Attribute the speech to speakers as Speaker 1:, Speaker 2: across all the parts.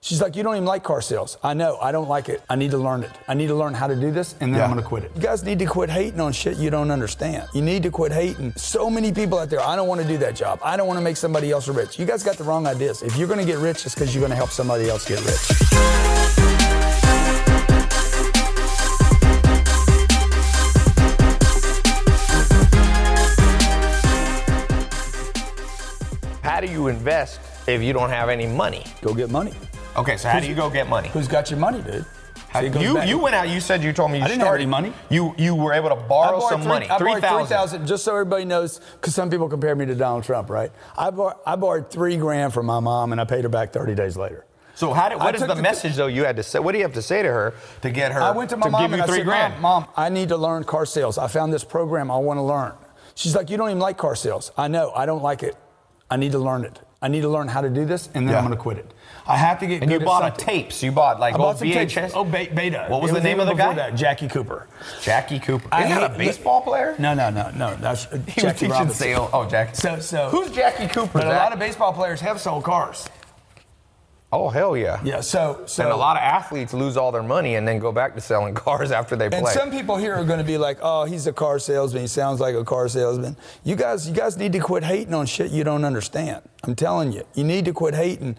Speaker 1: She's like, you don't even like car sales. I know. I don't like it. I need to learn it. I need to learn how to do this, and then
Speaker 2: Yeah.
Speaker 1: I'm going to quit it. You guys need to quit hating on shit you don't understand. You need to quit hating. So many people out there, I don't want to do that job. I don't want to make somebody else rich. You guys got the wrong ideas. If you're going to get rich, it's because you're going to help somebody else get rich.
Speaker 3: How do you invest if you don't have any money?
Speaker 1: Go get money.
Speaker 3: Okay, so how do you go get money?
Speaker 1: Who's got your money, dude?
Speaker 3: How-
Speaker 1: See, it goes
Speaker 3: you
Speaker 1: back.
Speaker 3: you went out. You said you told me you
Speaker 1: I didn't have
Speaker 3: started
Speaker 1: any money.
Speaker 3: You you were able to
Speaker 1: I
Speaker 3: borrow
Speaker 1: borrowed
Speaker 3: some
Speaker 1: three-
Speaker 3: money.
Speaker 1: I
Speaker 3: Three
Speaker 1: borrowed three
Speaker 3: thousand.
Speaker 1: thousand, just so everybody knows, because some people compare me to Donald Trump, right? I, bor- I borrowed three grand from my mom, and I paid her back 30 days later.
Speaker 3: So how did,
Speaker 1: I
Speaker 3: what is
Speaker 1: took
Speaker 3: the
Speaker 1: the-
Speaker 3: message though you had to say? What do you have to say to her to get her?
Speaker 1: I went to my
Speaker 3: give
Speaker 1: mom
Speaker 3: you
Speaker 1: and I
Speaker 3: three
Speaker 1: said,
Speaker 3: grand.
Speaker 1: Mom, Mom, I need to learn car sales. I found this program. I want to learn. She's like, You don't even like car sales. I know. I don't like it. I need to learn it. I need to learn how to do this, and then
Speaker 2: Yeah.
Speaker 1: I'm going to quit it. I have to get.
Speaker 3: And you
Speaker 1: good at
Speaker 3: bought a
Speaker 1: something.
Speaker 3: tapes. You bought like
Speaker 1: I bought
Speaker 3: old
Speaker 1: some
Speaker 3: VHS.
Speaker 1: tapes. Oh, Be- Beta.
Speaker 3: What was
Speaker 1: It
Speaker 3: the name of the
Speaker 1: even before
Speaker 3: guy?
Speaker 1: That, Jackie Cooper.
Speaker 3: Jackie Cooper.
Speaker 1: I
Speaker 3: Isn't that
Speaker 1: hate-
Speaker 3: a baseball player?
Speaker 1: No, no, no, no. That's uh,
Speaker 3: He was
Speaker 1: Jackie
Speaker 3: teaching
Speaker 1: Robinson.
Speaker 3: sale. Oh, Jackie.
Speaker 1: So, so.
Speaker 3: Who's Jackie Cooper?
Speaker 1: But a
Speaker 3: Zach?
Speaker 1: lot of baseball players have sold cars.
Speaker 3: Oh hell yeah.
Speaker 1: Yeah. So, so.
Speaker 3: And a lot of athletes lose all their money and then go back to selling cars after they
Speaker 1: And
Speaker 3: play.
Speaker 1: some people here are going to be like, "Oh, he's a car salesman. He sounds like a car salesman." You guys, you guys need to quit hating on shit you don't understand. I'm telling you, you need to quit hating.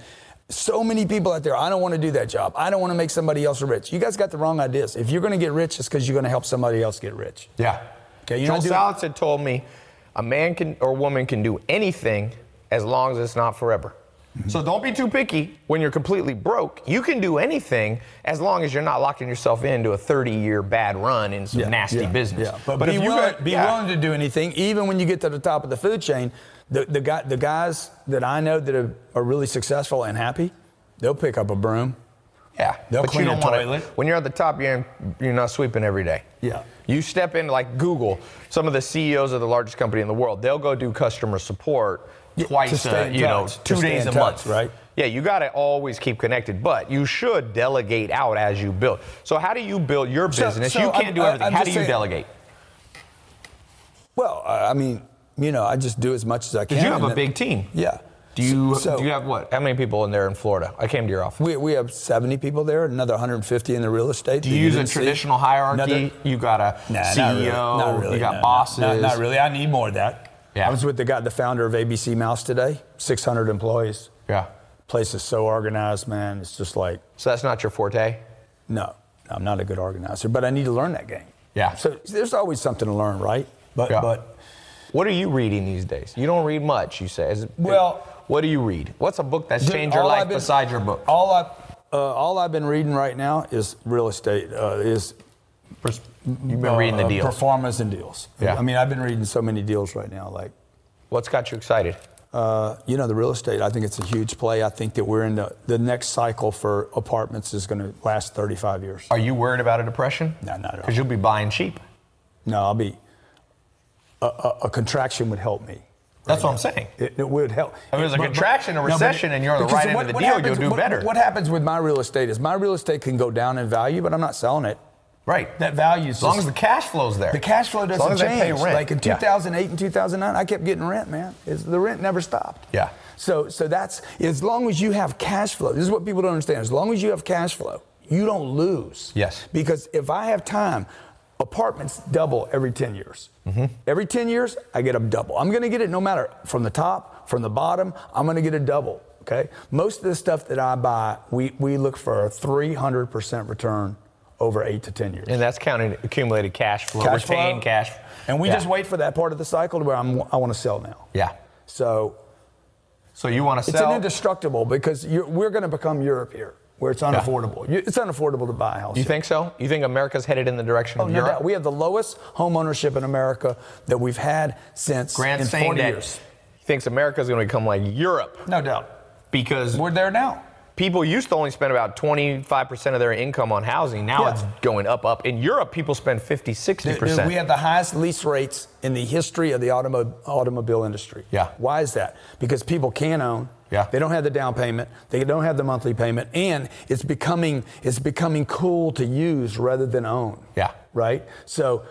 Speaker 1: So many people out there. I don't want to do that job. I don't want to make somebody else rich. You guys got the wrong ideas. If you're going to get rich, it's because you're going to help somebody else get rich.
Speaker 3: yeah.
Speaker 1: Okay, you're
Speaker 3: Joel
Speaker 1: not doing-
Speaker 3: Salads had told me, a man can or woman can do anything as long as it's not forever.
Speaker 1: Mm-hmm.
Speaker 3: So don't be too picky when you're completely broke. You can do anything as long as you're not locking yourself into a 30-year bad run in some
Speaker 1: Yeah,
Speaker 3: nasty
Speaker 1: yeah,
Speaker 3: business.
Speaker 1: Yeah, but, be,
Speaker 3: if you
Speaker 1: willing,
Speaker 3: got-
Speaker 1: be
Speaker 3: yeah.
Speaker 1: willing to do anything, even when you get to the top of the food chain. The, the, guy, the guys that I know that are, are really successful and happy, they'll pick up a broom.
Speaker 3: Yeah,
Speaker 1: They'll
Speaker 3: but
Speaker 1: clean
Speaker 3: you
Speaker 1: a
Speaker 3: don't wanna-
Speaker 1: toilet.
Speaker 3: when you're at the top, you're, in, you're not sweeping every day.
Speaker 1: Yeah.
Speaker 3: You step in like Google, some of the CEOs of the largest company in the world, they'll go do customer support
Speaker 1: Yeah, to
Speaker 3: twice,
Speaker 1: stay
Speaker 3: a,
Speaker 1: in
Speaker 3: you know,
Speaker 1: touch, to
Speaker 3: two
Speaker 1: stay
Speaker 3: days
Speaker 1: in
Speaker 3: a
Speaker 1: touch,
Speaker 3: month,
Speaker 1: right?
Speaker 3: Yeah, you got to always keep connected, but you should delegate out as you build. So how do you build your
Speaker 1: So-
Speaker 3: business?
Speaker 1: so
Speaker 3: you can't
Speaker 1: I'm-
Speaker 3: do
Speaker 1: I-
Speaker 3: everything.
Speaker 1: I'm
Speaker 3: how
Speaker 1: just
Speaker 3: do you
Speaker 1: saying-
Speaker 3: delegate?
Speaker 1: Well, I I mean, you know, I just do as much as I can.
Speaker 3: Because you have
Speaker 1: and
Speaker 3: a
Speaker 1: then-
Speaker 3: big team.
Speaker 1: Yeah.
Speaker 3: Do you
Speaker 1: So-
Speaker 3: do you have what? How many people in there in Florida? I came to your office.
Speaker 1: We, we have 70 people there, another 150 in the real estate.
Speaker 3: Do you use a traditional hierarchy? You got a
Speaker 1: Nah,
Speaker 3: CEO,
Speaker 1: not really. Not really,
Speaker 3: you got
Speaker 1: no, no,
Speaker 3: bosses.
Speaker 1: Not, not really. I need more of that.
Speaker 3: Yeah.
Speaker 1: I was with the guy, the founder of ABC Mouse today, 600 employees.
Speaker 3: Yeah.
Speaker 1: Place is so organized, man. It's just like,
Speaker 3: So that's not your forte.
Speaker 1: No, I'm not a good organizer, but I need to learn that game.
Speaker 3: Yeah.
Speaker 1: So there's always something to learn, right? But
Speaker 3: Yeah.
Speaker 1: but
Speaker 3: What are you reading these days? You don't read much, you say. Is-
Speaker 1: Well-
Speaker 3: what do you read? What's a book that's
Speaker 1: Dude,
Speaker 3: changed your
Speaker 1: all
Speaker 3: life
Speaker 1: I've been-
Speaker 3: besides your book?
Speaker 1: all I uh, all I've been reading right now is real estate uh, is
Speaker 3: Pers- You've been reading the
Speaker 1: uh,
Speaker 3: deals.
Speaker 1: performance and deals.
Speaker 3: Yeah.
Speaker 1: I mean, I've been reading so many deals right now, like.
Speaker 3: What's got you excited?
Speaker 1: Uh, you know, the real estate, I think it's a huge play. I think that we're in the, the next cycle for apartments is going to last 35 years.
Speaker 3: Are you worried about a depression?
Speaker 1: No, not at all.
Speaker 3: Because you'll be buying cheap.
Speaker 1: No, I'll be, a, a, a contraction would help me.
Speaker 3: That's what I'm saying.
Speaker 1: It, it would help.
Speaker 3: If there's a contraction, a
Speaker 1: no, but it-
Speaker 3: recession, and you're on the
Speaker 1: because
Speaker 3: right end of the deal, you'll do
Speaker 1: what-
Speaker 3: better.
Speaker 1: What happens with my real estate is my real estate can go down in value, but I'm not selling it.
Speaker 3: Right.
Speaker 1: That value
Speaker 3: as long as the cash flow's there.
Speaker 1: the cash flow
Speaker 3: as long
Speaker 1: doesn't
Speaker 3: as they
Speaker 1: change.
Speaker 3: pay rent.
Speaker 1: Like in
Speaker 3: Yeah.
Speaker 1: 2008 and 2009, I kept getting rent, man. It's, the rent never stopped.
Speaker 3: Yeah.
Speaker 1: So, so that's as long as you have cash flow. This is what people don't understand. As long as you have cash flow, you don't lose.
Speaker 3: Yes.
Speaker 1: Because if I have time, apartments double every 10 years.
Speaker 3: Mm-hmm.
Speaker 1: Every 10 years, I get a double. I'm going to get it no matter from the top, from the bottom, I'm going to get a double. Okay. Most of the stuff that I buy, we, we look for a 300% return over eight to 10 years
Speaker 3: And that's counting accumulated cash flow,
Speaker 1: cash
Speaker 3: retained
Speaker 1: flow.
Speaker 3: cash.
Speaker 1: And we
Speaker 3: Yeah.
Speaker 1: just wait for that part of the cycle to where I'm, I want to sell now.
Speaker 3: Yeah.
Speaker 1: So
Speaker 3: So you want to
Speaker 1: it's
Speaker 3: sell?
Speaker 1: an indestructible because you're, we're going to become Europe here, where it's unaffordable. You, it's unaffordable to buy a house.
Speaker 3: you
Speaker 1: here.
Speaker 3: think so? You think America's headed in the direction
Speaker 1: Oh,
Speaker 3: of
Speaker 1: no
Speaker 3: Europe?
Speaker 1: doubt. We have the lowest home ownership in America that we've had since
Speaker 3: Grant's
Speaker 1: in
Speaker 3: saying
Speaker 1: 40
Speaker 3: that
Speaker 1: years.
Speaker 3: he thinks America's going to become like Europe
Speaker 1: No doubt.
Speaker 3: because
Speaker 1: We're there now.
Speaker 3: people used to only spend about 25% of their income on housing. Now
Speaker 1: Yeah.
Speaker 3: it's going up, up. In Europe, people spend 50, 60%.
Speaker 1: Dude, dude, we have the highest lease rates in the history of the automo- automobile industry.
Speaker 3: Yeah.
Speaker 1: Why is that? Because people can own.
Speaker 3: Yeah.
Speaker 1: They don't have the down payment. They don't have the monthly payment, and it's becoming it's becoming cool to use rather than own.
Speaker 3: Yeah.
Speaker 1: Right. So,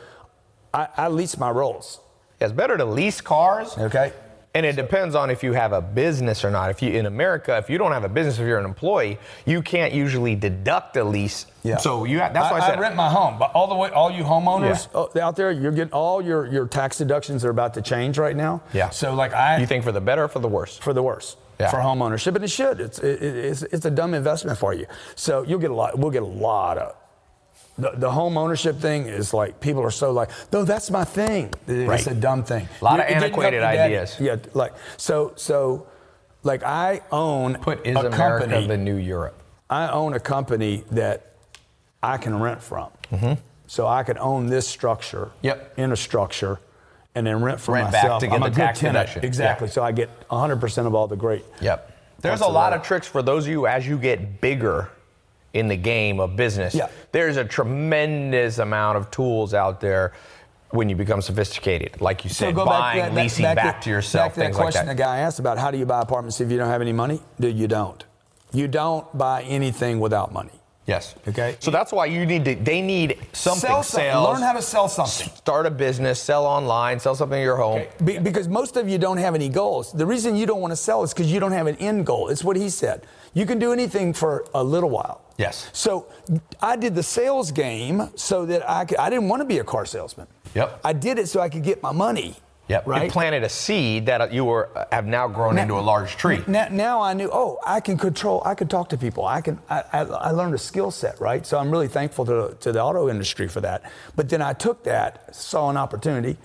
Speaker 1: I, I lease my Rolls.
Speaker 3: it's better to lease cars
Speaker 1: Okay.
Speaker 3: And it depends on if you have a business or not. If you in America, if you don't have a business, if you're an employee, you can't usually deduct a lease.
Speaker 4: Yeah.
Speaker 3: So you ha- that's why I, said
Speaker 1: rent my home, but all the way, all you homeowners oh,
Speaker 3: Yeah.
Speaker 1: out there, you're getting all your, your tax deductions are about to change right now.
Speaker 3: Yeah.
Speaker 1: So like I
Speaker 3: you think for the better or for the worse.
Speaker 1: for the worse
Speaker 3: Yeah.
Speaker 1: for home ownership, and it should. It's it, it- it's it's a dumb investment for you. So you'll get a lot. We'll get a lot of. The, the home ownership thing is like people are so like no that's my thing it's
Speaker 3: Right.
Speaker 1: a dumb thing
Speaker 3: Lot
Speaker 1: You're- it
Speaker 3: of
Speaker 1: didn't help
Speaker 3: antiquated
Speaker 1: your dad-
Speaker 3: ideas.
Speaker 1: yeah like so so like I own
Speaker 3: Put is
Speaker 1: a
Speaker 3: America
Speaker 1: company
Speaker 3: the new Europe?
Speaker 1: I own a company that I can rent from. So I could own this structure
Speaker 3: Mm-hmm. Yep.
Speaker 1: in a structure and then rent for
Speaker 3: Rent back
Speaker 1: myself.
Speaker 3: to get
Speaker 1: I'm
Speaker 3: the
Speaker 1: a good
Speaker 3: tax
Speaker 1: tenant.
Speaker 3: deduction.
Speaker 1: Exactly.
Speaker 3: Yeah.
Speaker 1: So I get 100% of all the great.
Speaker 3: Yep. There's
Speaker 1: That's
Speaker 3: a lot
Speaker 1: right.
Speaker 3: of tricks for those of you as you get bigger in the game of business.
Speaker 1: Yeah.
Speaker 3: There's a tremendous amount of tools out there when you become sophisticated. Like you said, buying, leasing back, to yourself,
Speaker 1: back to that
Speaker 3: things
Speaker 1: question
Speaker 3: like
Speaker 1: the
Speaker 3: that.
Speaker 1: guy asked about how do you buy apartments if you don't have any money? Dude, you don't. You don't buy anything without money.
Speaker 3: Yes.
Speaker 1: Okay.
Speaker 3: So that's why you need to they need something
Speaker 1: sell something.
Speaker 3: sales.
Speaker 1: Learn how to sell something.
Speaker 3: start a business, sell online, sell something in your home.
Speaker 1: Be- because most of you don't have any goals. The reason you don't want to sell is because you don't have an end goal. It's what he said. You can do anything for a little while.
Speaker 3: Yes.
Speaker 1: So I did the sales game so that I could, I didn't want to be a car salesman.
Speaker 3: Yep.
Speaker 1: I did it so I could get my money.
Speaker 3: Yep. You
Speaker 1: Right.
Speaker 3: planted a seed that you were have now grown into a large tree.
Speaker 1: Now, now I knew. Oh, I can control. I can talk to people. I can. I, I, I learned a skill set, right? So I'm really thankful to, to the auto industry for that. But then I took that, saw an opportunity,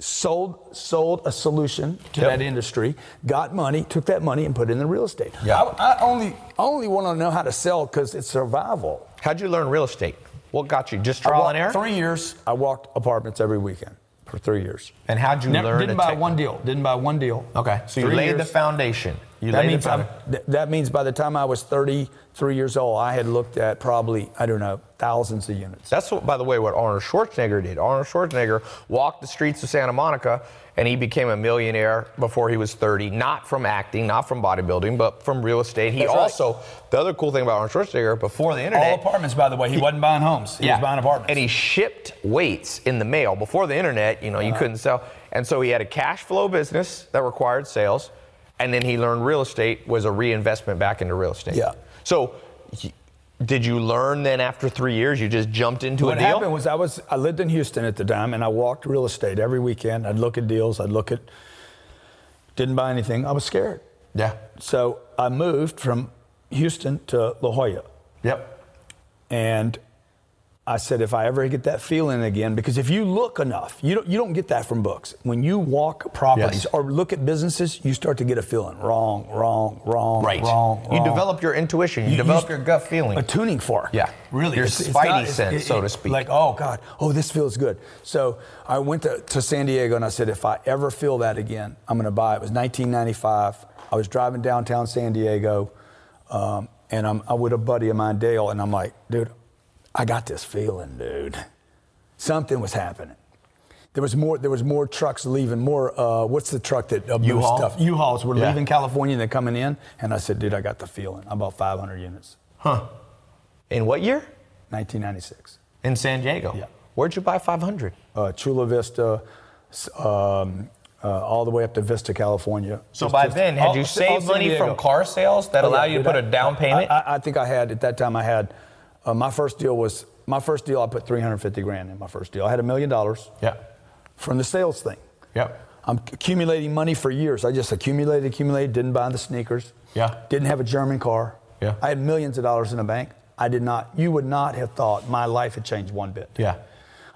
Speaker 1: sold sold a solution to
Speaker 3: Yep.
Speaker 1: that industry, got money, took that money and put it in the real estate.
Speaker 3: Yeah.
Speaker 1: I, I only only want to know how to sell because it's survival.
Speaker 3: How'd you learn real estate? What got you? Just
Speaker 1: I
Speaker 3: trial
Speaker 1: walked-
Speaker 3: and error.
Speaker 1: Three years. I walked apartments every weekend for three years.
Speaker 3: And how'd you
Speaker 1: Never,
Speaker 3: learn?
Speaker 1: didn't
Speaker 3: a
Speaker 1: buy
Speaker 3: technique?
Speaker 1: one deal. Didn't buy one deal.
Speaker 3: Okay, so you
Speaker 1: Three
Speaker 3: laid the
Speaker 1: years.
Speaker 3: foundation. You
Speaker 1: That
Speaker 3: laid
Speaker 1: means,
Speaker 3: the
Speaker 1: I'm-
Speaker 3: foundation.
Speaker 1: th- that means by the time I was 33 years old, I had looked at probably, I don't know, thousands of units.
Speaker 3: That's what, by the way, what Arnold Schwarzenegger did. Arnold Schwarzenegger walked the streets of Santa Monica, and he became a millionaire before he was 30. Not from acting, not from bodybuilding, but from real estate. He
Speaker 1: That's right.
Speaker 3: also, the other cool thing about Arnold Schwarzenegger, before the internet,
Speaker 1: All apartments, by the way. He, wasn't buying homes. He was buying apartments.
Speaker 3: And he shipped weights in the mail. Before the internet, you know, you couldn't sell. And so he had a cash flow business that required sales. And then he learned real estate was a reinvestment back into real estate.
Speaker 1: Yeah.
Speaker 3: So y- did you learn then after three years, you just jumped into
Speaker 1: what
Speaker 3: a deal?
Speaker 1: happened was I was I lived in Houston at the time, and I walked real estate every weekend. I'd look at deals. I'd look at. Didn't buy anything. I was scared,
Speaker 3: yeah.
Speaker 1: so I moved from Houston to La Jolla,
Speaker 3: Yep.
Speaker 1: and I said, if I ever get that feeling again, because if you look enough, you don't, you don't get that from books. When you walk properties
Speaker 3: Yes.
Speaker 1: or look at businesses, you start to get a feeling wrong, wrong, wrong,
Speaker 3: Right.
Speaker 1: wrong,
Speaker 3: you
Speaker 1: wrong.
Speaker 3: develop your intuition. You,
Speaker 1: You- you
Speaker 3: develop
Speaker 1: s-
Speaker 3: your gut feeling.
Speaker 1: a tuning fork.
Speaker 3: Yeah.
Speaker 1: really.
Speaker 3: Your
Speaker 1: It's- it's
Speaker 3: spidey
Speaker 1: it's-
Speaker 3: sense, so to speak.
Speaker 1: Like, oh God, oh this feels good. So I went to, to San Diego and I said, if I ever feel that again, I'm going to buy. It was 1995. I was driving downtown San Diego, um, and I'm I with a buddy of mine, Dale, and I'm like, dude, I got this feeling, dude. Something was happening. There was more. There was more trucks leaving. More. Uh, what's the truck that uh, moves
Speaker 3: U-Haul?
Speaker 1: stuff? U-Hauls were
Speaker 3: Yeah.
Speaker 1: leaving California and they're coming in. And I said, dude, I got the feeling. I bought 500 units.
Speaker 3: in what year?
Speaker 1: 1996.
Speaker 3: In San Diego.
Speaker 1: Yeah.
Speaker 3: Where'd you buy 500?
Speaker 1: Uh, Chula Vista, s- um, uh, all the way up to Vista, California.
Speaker 3: So
Speaker 1: Just-
Speaker 3: by
Speaker 1: just-
Speaker 3: then, had
Speaker 1: all-
Speaker 3: you
Speaker 1: all
Speaker 3: saved
Speaker 1: San
Speaker 3: money from
Speaker 1: Diego.
Speaker 3: car sales that
Speaker 1: Oh,
Speaker 3: allow
Speaker 1: yeah,
Speaker 3: you to
Speaker 1: dude,
Speaker 3: put a
Speaker 1: I-
Speaker 3: down payment?
Speaker 1: I, I, I think I had at that time. I had uh, my first deal was my first deal. I put 350 grand in my first deal. I had a million dollars
Speaker 3: Yep.
Speaker 1: from the sales thing.
Speaker 3: Yep.
Speaker 1: I'm accumulating money for years. I just accumulated, accumulated, didn't buy the sneakers.
Speaker 3: Yeah.
Speaker 1: Didn't have a German car.
Speaker 3: Yeah.
Speaker 1: I had millions of dollars in the bank. I did not, you would not have thought my life had changed one bit.
Speaker 3: Yeah.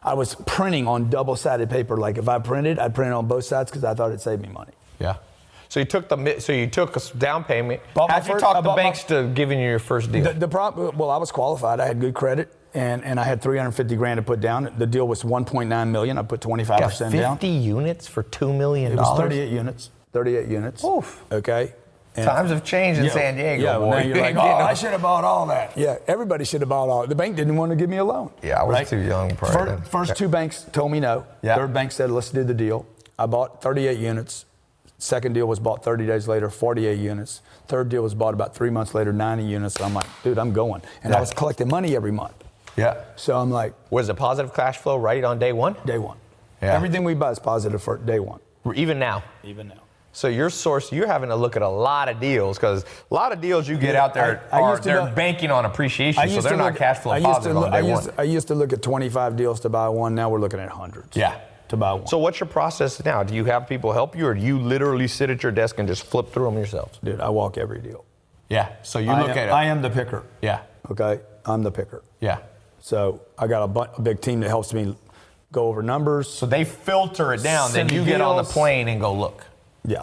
Speaker 1: I was printing on double sided paper. Like if I printed, I'd print it on both sides because I thought it saved me money.
Speaker 3: Yeah. So you took the mi- so you took a s- down payment.
Speaker 1: Bought my
Speaker 3: How'd you
Speaker 1: first- I
Speaker 3: talk the
Speaker 1: bought my-
Speaker 3: banks to giving you your first deal?
Speaker 1: The, the problem, well, I was qualified. I had good credit and, and I had 350 grand to put down. The deal was 1.9 million. I put 25%
Speaker 3: Got
Speaker 1: down.
Speaker 3: Fifty units for two million
Speaker 1: It was
Speaker 3: dollars.
Speaker 1: 38 units. 38 units.
Speaker 3: Oof.
Speaker 1: Okay. And-
Speaker 3: Times have changed in
Speaker 1: Yeah,
Speaker 3: San Diego.
Speaker 1: yeah,
Speaker 3: boy.
Speaker 1: well, now
Speaker 3: You
Speaker 1: you're like,
Speaker 3: ain't
Speaker 1: oh,
Speaker 3: getting
Speaker 1: I
Speaker 3: no-
Speaker 1: should have bought all that. Yeah, everybody should have bought all. The bank didn't want to give me a loan.
Speaker 3: Yeah, I was too young
Speaker 1: Fir-
Speaker 3: probably
Speaker 1: First,
Speaker 3: then. Yeah.
Speaker 1: two banks told me no.
Speaker 3: Yeah.
Speaker 1: Third bank said, let's do the deal. I bought 38 units. Second deal was bought 30 days later, 48 units. Third deal was bought about three months later, 90 units. I'm like, dude, I'm going. And
Speaker 3: Yeah.
Speaker 1: I was collecting money every month.
Speaker 3: Yeah.
Speaker 1: So I'm like,
Speaker 3: Was it positive cash flow right on day one?
Speaker 1: day one.
Speaker 3: Yeah.
Speaker 1: Everything we buy is positive for day one.
Speaker 3: Even now.
Speaker 1: Even now.
Speaker 3: So your source, you're having to look at a lot of deals because a lot of deals you get
Speaker 1: Yeah,
Speaker 3: out there
Speaker 1: I- I
Speaker 3: are
Speaker 1: used to
Speaker 3: they're
Speaker 1: look-
Speaker 3: banking on appreciation, so they're not cash flow
Speaker 1: I used to
Speaker 3: positive
Speaker 1: look-
Speaker 3: on day
Speaker 1: I
Speaker 3: one.
Speaker 1: used, I used to look at 25 deals to buy one. Now we're looking at hundreds.
Speaker 3: Yeah.
Speaker 1: To buy one.
Speaker 3: So what's your process now? Do you have people help you, or do you literally sit at your desk and just flip through them yourselves?
Speaker 1: dude, I walk every deal.
Speaker 3: Yeah. So you
Speaker 1: I
Speaker 3: look
Speaker 1: am,
Speaker 3: at it.
Speaker 1: I am the picker.
Speaker 3: yeah.
Speaker 1: Okay. I'm the picker.
Speaker 3: Yeah.
Speaker 1: So I got a, bu- a big team that helps me go over numbers.
Speaker 3: So they filter it down, then
Speaker 1: Send
Speaker 3: you get on the
Speaker 1: deals.
Speaker 3: plane and go look.
Speaker 1: yeah.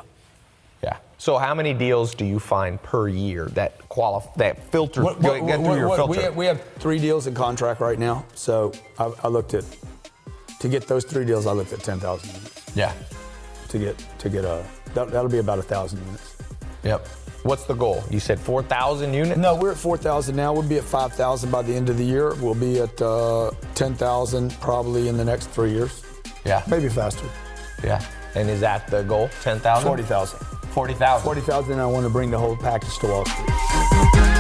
Speaker 3: Yeah. So how many deals do you find per year that qualify that filter
Speaker 4: What- what-
Speaker 3: get through
Speaker 4: what-
Speaker 3: your
Speaker 4: what-
Speaker 3: filter?
Speaker 4: we, have, we have
Speaker 1: Three deals in contract right now. So I, I looked at, to get those three deals, I looked at 10,000 units
Speaker 3: yeah.
Speaker 1: to get, to get a, that, that'll be about a 1,000 units.
Speaker 3: Yep. What's the goal? You said 4,000 units?
Speaker 1: No, we're at 4,000 now. We'll be at 5,000 by the end of the year. We'll be at uh, 10,000 probably in the next three years,
Speaker 3: Yeah.
Speaker 1: maybe faster.
Speaker 3: Yeah. And is that the goal? 10,000?
Speaker 1: 40,000.
Speaker 3: 40,000.
Speaker 1: 40,000, I want to bring the whole package to Wall Street.